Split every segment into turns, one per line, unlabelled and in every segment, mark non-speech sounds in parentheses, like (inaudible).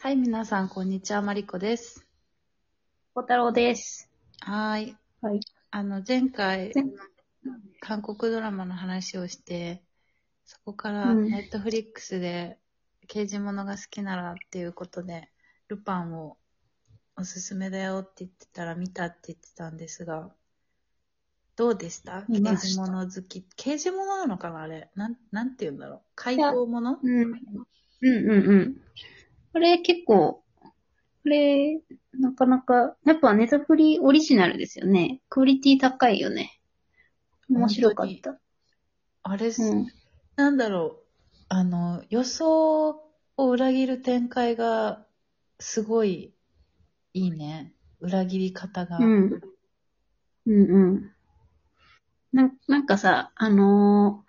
はい、皆さん、こんにちは。マリコです。
小太郎です。
はーい。
はい。
あの、前回
前、
韓国ドラマの話をして、そこから、
うん
ネットフリックスで、刑事物が好きならっていうことで、ルパンをおすすめだよって言ってたら、見たって言ってたんですが、どうでした
見
刑
まし
事
た
物好き。刑事物なのかなあれ。なん、なんて言うんだろう。解放物
うん。うんうんうん。これ結構、これ、なかなか、やっぱネタフリオリジナルですよね。クオリティ高いよね。面白かった。
あれ、
うん。
なんだろう、あの、予想を裏切る展開が、すごいいいね。裏切り方が。
うん。うんうん。なんなんかさ、あの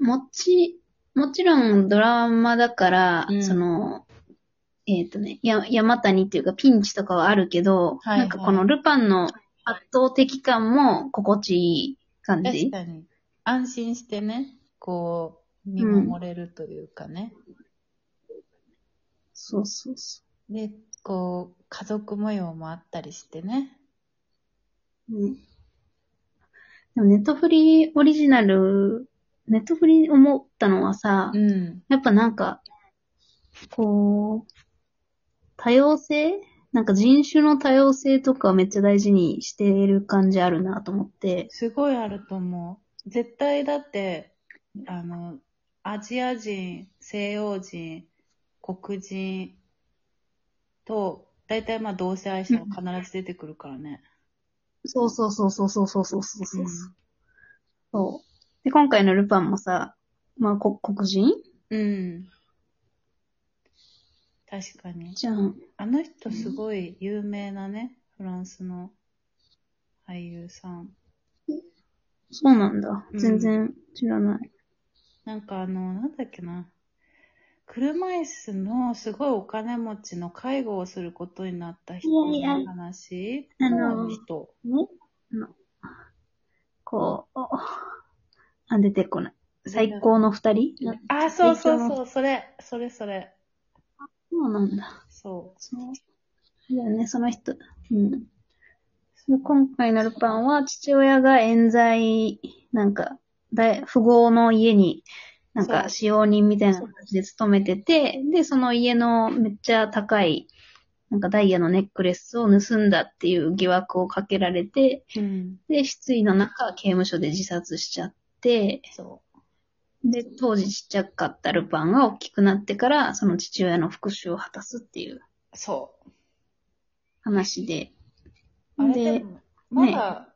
ーもち、もちろんドラマだから、
うん
その、えっ、とね、や、山谷っていうかピンチとかはあるけど、
はいはい
なんかこのルパンの圧倒的感も心地いい感
確
じ。
かに。安心してね、こう、見守れるというかね。
そうそうそ
で、こう、家族模様もあったりしてね。
う。うん。でもネットフリーオリジナル、ネットフリー思ったのはさ、
うん。
やっぱなんか、こう、多様性なんか人種の多様性とかめっちゃ大事にしている感じあるなと思って。
すごいあると思う。絶対だって、あの、アジア人、西洋人、黒人と、大体まあ同性愛者は必ず出てくるからね。
そうそうそうそうそうそうそうそうそう、
うん
そう。で、今回のルパンもさ、まあ、こ黒人
うん。確かに。
じゃん。
あの人すごい有名なね、フランスの俳優さん。
そうなんだ。
うん
全然知らない。
なんかあの、なんだっけな。車椅子のすごいお金持ちの介護をすることになった人
いや
の
いや
話
あの
人。
ねあのこう、あ、出てこない。最高の二人な
あ、そうそうそう、それ、それそれ。
そうなんだ。
そ
そう。だよね、その人。うん。もう今回のルパンは父親が冤罪、なんか、大富豪の家に、なん
そう
か使用人みたいな感じで勤めてて、で、その家のめっちゃ高い、なんかダイヤのネックレスを盗んだっていう疑惑をかけられて、
う。うん。
で、失意の中、刑務所で自殺しちゃって、
そう。
で、当時ちっちゃかったルパンが大きくなってから、その父親の復讐を果たすっていう
そう。
話で。
あれで
で、
も、まだ、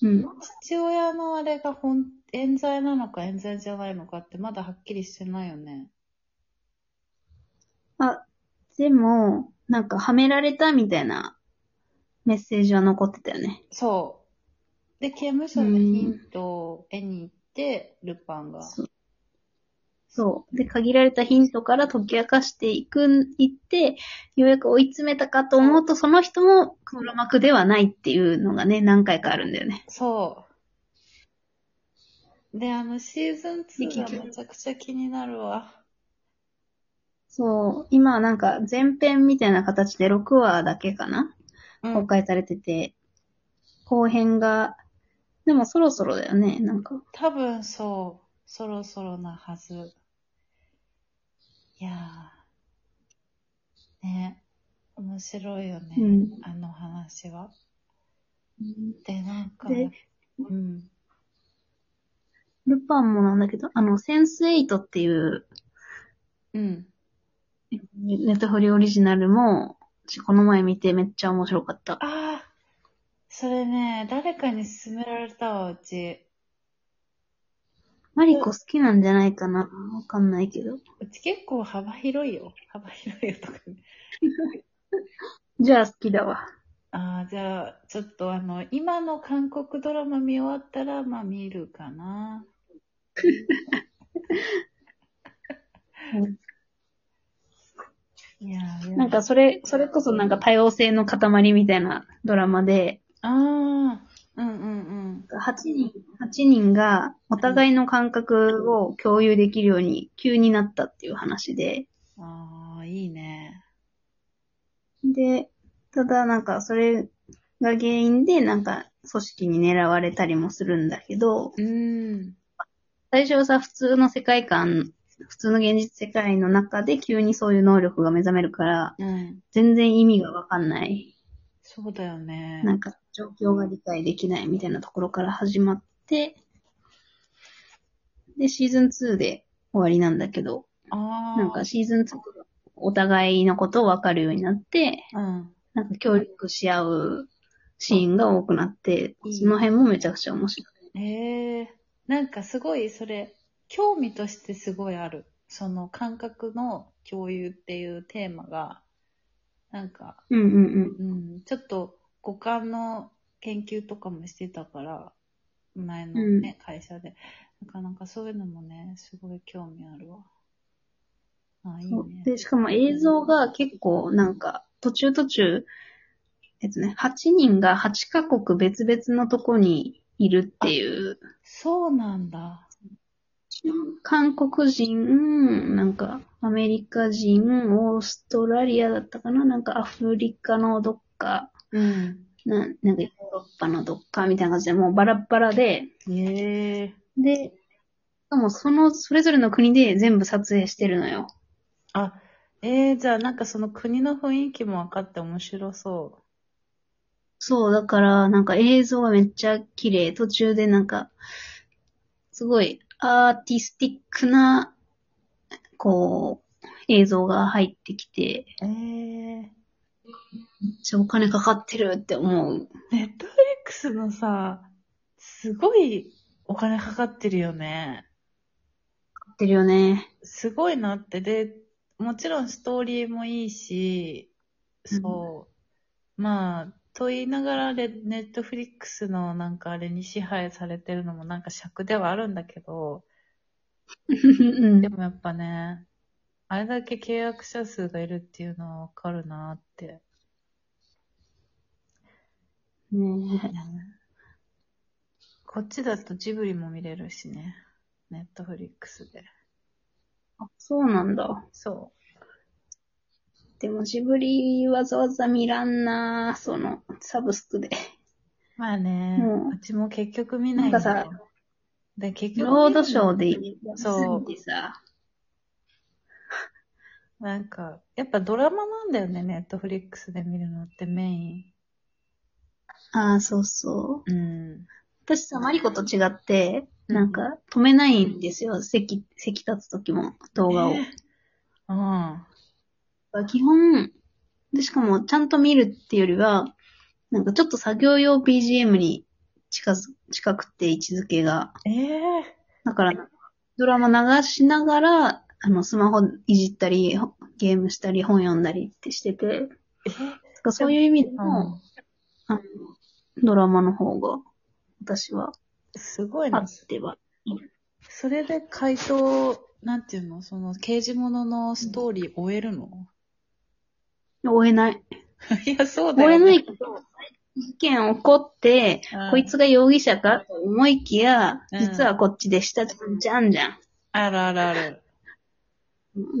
うん。
父親のあれがほん冤罪なのか冤罪じゃないのかってまだはっきりしてないよね。
あ、でも、なんかはめられたみたいなメッセージは残ってたよね。
そう。で、刑務所でヒントを得に行って、ルパンが。
そう。そう。で、限られたヒントから解き明かしていく、いって、ようやく追い詰めたかと思うと、その人も黒幕ではないっていうのがね、何回かあるんだよね。
そう。で、あの、シーズン
で
2
結
が
局
めちゃくちゃ気になるわ。
そう。今はなんか前編みたいな形で6話だけかな
う
公
ん。
開されてて、後編が、でもそろそろだよね、なんか。
多分そう。そろそろなはず。いやー。ね。面白いよね。
うん。
あの話は。で、なんか、
で
うん。
ルパンもなんだけど、あの、センスエイトっていう、
うん。
ネタフリオリジナルも、私この前見てめっちゃ面白かった。
ああ、それね、誰かに勧められたわ、うち。
マリコ好きなんじゃないかなわかんないけど。
うち結構幅広いよ。幅広いよとかね。
じゃあ好きだわ。
ああ、じゃあ、ちょっとあの、今の韓国ドラマ見終わったら、まあ見るか
(laughs)
な。いやー
なん、かそれ、それこそなんか多様性の塊みたいなドラマで、
ああー、うんうん
8人、八人がお互いの感覚を共有できるように急になったっていう話で、
うん。ああ、いいいね。
で、ただなんかそれが原因でなんか組織に狙われたりもするんだけど、
うん。
最初はさ、普通の世界観、普通の現実世界の中で急にそういう能力が目覚めるから、
うん。
全然意味がわかんない。
そうだよね。
なんか状況が理解できないみたいなところから始まって、で、シーズン2で終わりなんだけど、
ああ。
なんか、シーズン2がお互いのことを分かるようになって、
うん。
なんか協力し合うシーンが多くなって、
うん
その辺もめちゃくちゃ面白い。
ええなんかすごいそれ、興味としてすごいある。その感覚の共有っていうテーマが、なんか、
うんうんうん。
うん、ちょっと五感の研究とかもしてたから、前のね、会社で。なかなかそういうのもね、すごい興味あるわ。あ、いい
そう
ね。
で、しかも映像が結構なんか、途中途中、えっとね、8人が8カ国別々のとこにいるっていう、
そうなんだ。
韓国人、なんかアメリカ人、オーストラリアだったかななんかアフリカのどっか、
うん。
ななんかヨーロッパのどっかみたいな感じで、もうバラッバラで、
ええ
で、しかもその、それぞれの国で全部撮影してるのよ。
あ、ええじゃあなんかその国の雰囲気も分かって面白そ
そう、だから、なんか映像がめっちゃ綺麗。途中でなんか、すごいアーティスティックな、こう、映像が入ってきて、
う。ええ
めっちゃお金かかってるって思う。
ネットフリックスのさ、すごいお金かかってるよね。
かかってるよね。
すごいなって。で、もちろんストーリーもいいし、そう。まあ、と言いながらレ、ネットフリックスのなんかあれに支配されてるのもなんか尺ではあるんだけど、
(laughs) うん
でもやっぱね、あれだけ契約者数がいるっていうのはわかるなって。
ね
こっちだとジブリも見れるしね。ネットフリックスで。
あそうなんだ。
そ
でもジブリわざわざ見らんなその、サブスクで。
う。まあね、
うん
うちも結局見ないだよで、結局見ない
ロードショーでいい。
そう
でさ。
なんか、やっぱドラマなんだよね、ネットフリックスで見るのってメイン。
ああ、そうそう。
うん。
私さ、マリコと違って、なんか、止めないんですよ。席、席立つ時も、動画を。
うん。
基本、で、しかも、ちゃんと見るっていうよりは、なんかちょっと作業用 BGM に近づ、近くて位置づけが。
ええ
だから、ドラマ流しながら、あの、スマホいじったり、ほゲームしたり、本読んだりってしてて、だからそういう意味でも、あの、ドラマの方が、私は、
すごい
あ
な。
っては。
それで回答、なんていうのその、刑事物のストーリー終えるの、
追えない。
いや、そうだ
追え
よ、
な
ね。
いけど、事件起こって、
うん
こいつが容疑者かと思いきや、
うん
実はこっちでしたじゃんじゃんじゃん。
あるあるある。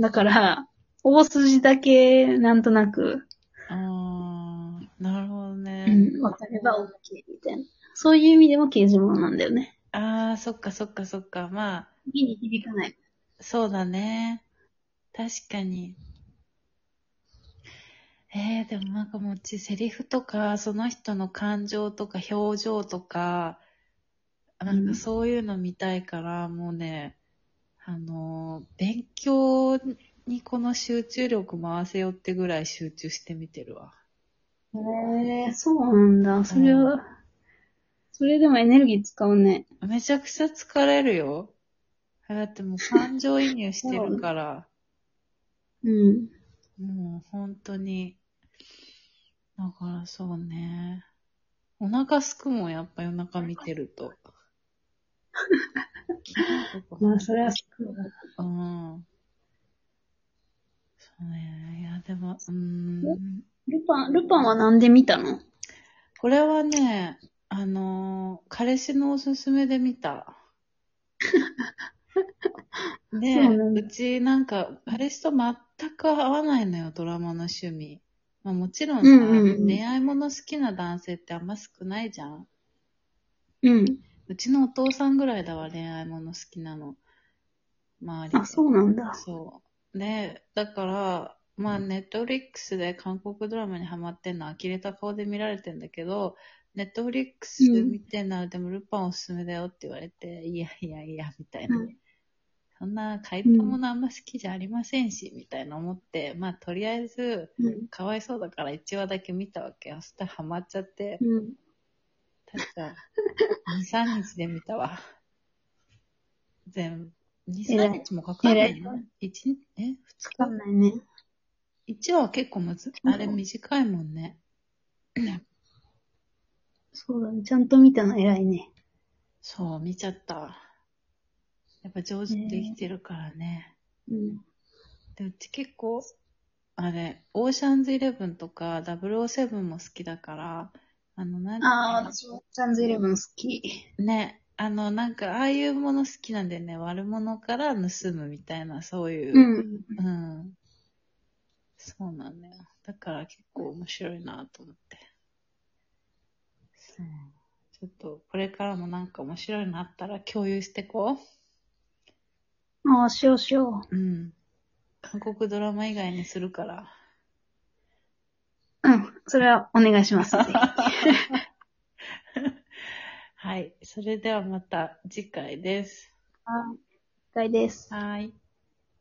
だから、大筋だけ、なんとなく、
あー、なるほどね。
うん、わかれば OK みたいな。そういう意味でも刑事物なんだよね。
ああ、そっかそっかそっか。まあ、
目に響かない。
そうだね。確かに。えー、でもなんかもううちセリフとか、その人の感情とか表情とか、なんかそういうの見たいから、もうね、あのー勉強にこの集中力回せよってぐらい集中して見てるわ。
へえ、そうなんだ。それは、それでもエネルギー使うね。
めちゃくちゃ疲れるよ。だってもう感情移入してるから。
うん。
もう本当に。だからそうね。お腹すくもん、やっぱ夜中見てると。
(laughs) まあ、それはそうだ。
うん。そうね。いや、でも、うーん。
ルパン、ルパンはなんで見たの
これはね、あのー彼氏のおすすめで見
(laughs)
た。で、
そうなんだ
うちなんか、彼氏と全く合わないのよ、ドラマの趣味。まあもちろんさ、
うんうんうん
恋愛もの好きな男性ってあんま少ないじゃん。
うん。
うちのお父さんぐらいだわ、恋愛もの好きなの。周りで
あ、そうなんだ。
そう。で、だから、まあ、ネットフリックスで韓国ドラマにハマってんの、呆れた顔で見られてんだけど、ネットフリックス見てんなら、でもルパンおすすめだよって言われて、いやいやいや、みたいな。
うん
そんな、買い物ものあんま好きじゃありませんし、みたいな思って、まあ、とりあえず、
うん。
かわいそうだから1話だけ見たわけよ。そしたらハマっちゃって、
うん。
確か、2、3日で見たわ。全部。2、
偉い
3日もかかんないの
偉
?1、え ?2
わかんないね。
日 ?1 話は結構むず、あれ短いもんね。
そうだね。ちゃんと見たの偉いね。
そう、見ちゃった。やっぱ上手にできてるからね。
うん。
で、うち結構、あれ、オーシャンズイレブンとか007も好きだから、あの、なんていうの
ああ、私もチャンズイレブン好き。
ね、あの、なんか、ああいうもの好きなんでね、悪者から盗むみたいな、そういう。
うん。
うん。そうなんだよ。だから結構面白いなと思って。そう。ちょっと、これからもなんか面白いのあったら共有してこ
ああ、しようしよ
う。うん。韓国ドラマ以外にするから。
う。うん。それはお願いし (laughs) ます。ぜひ
はい。それではまた次回です。
はい。了解です。
はい。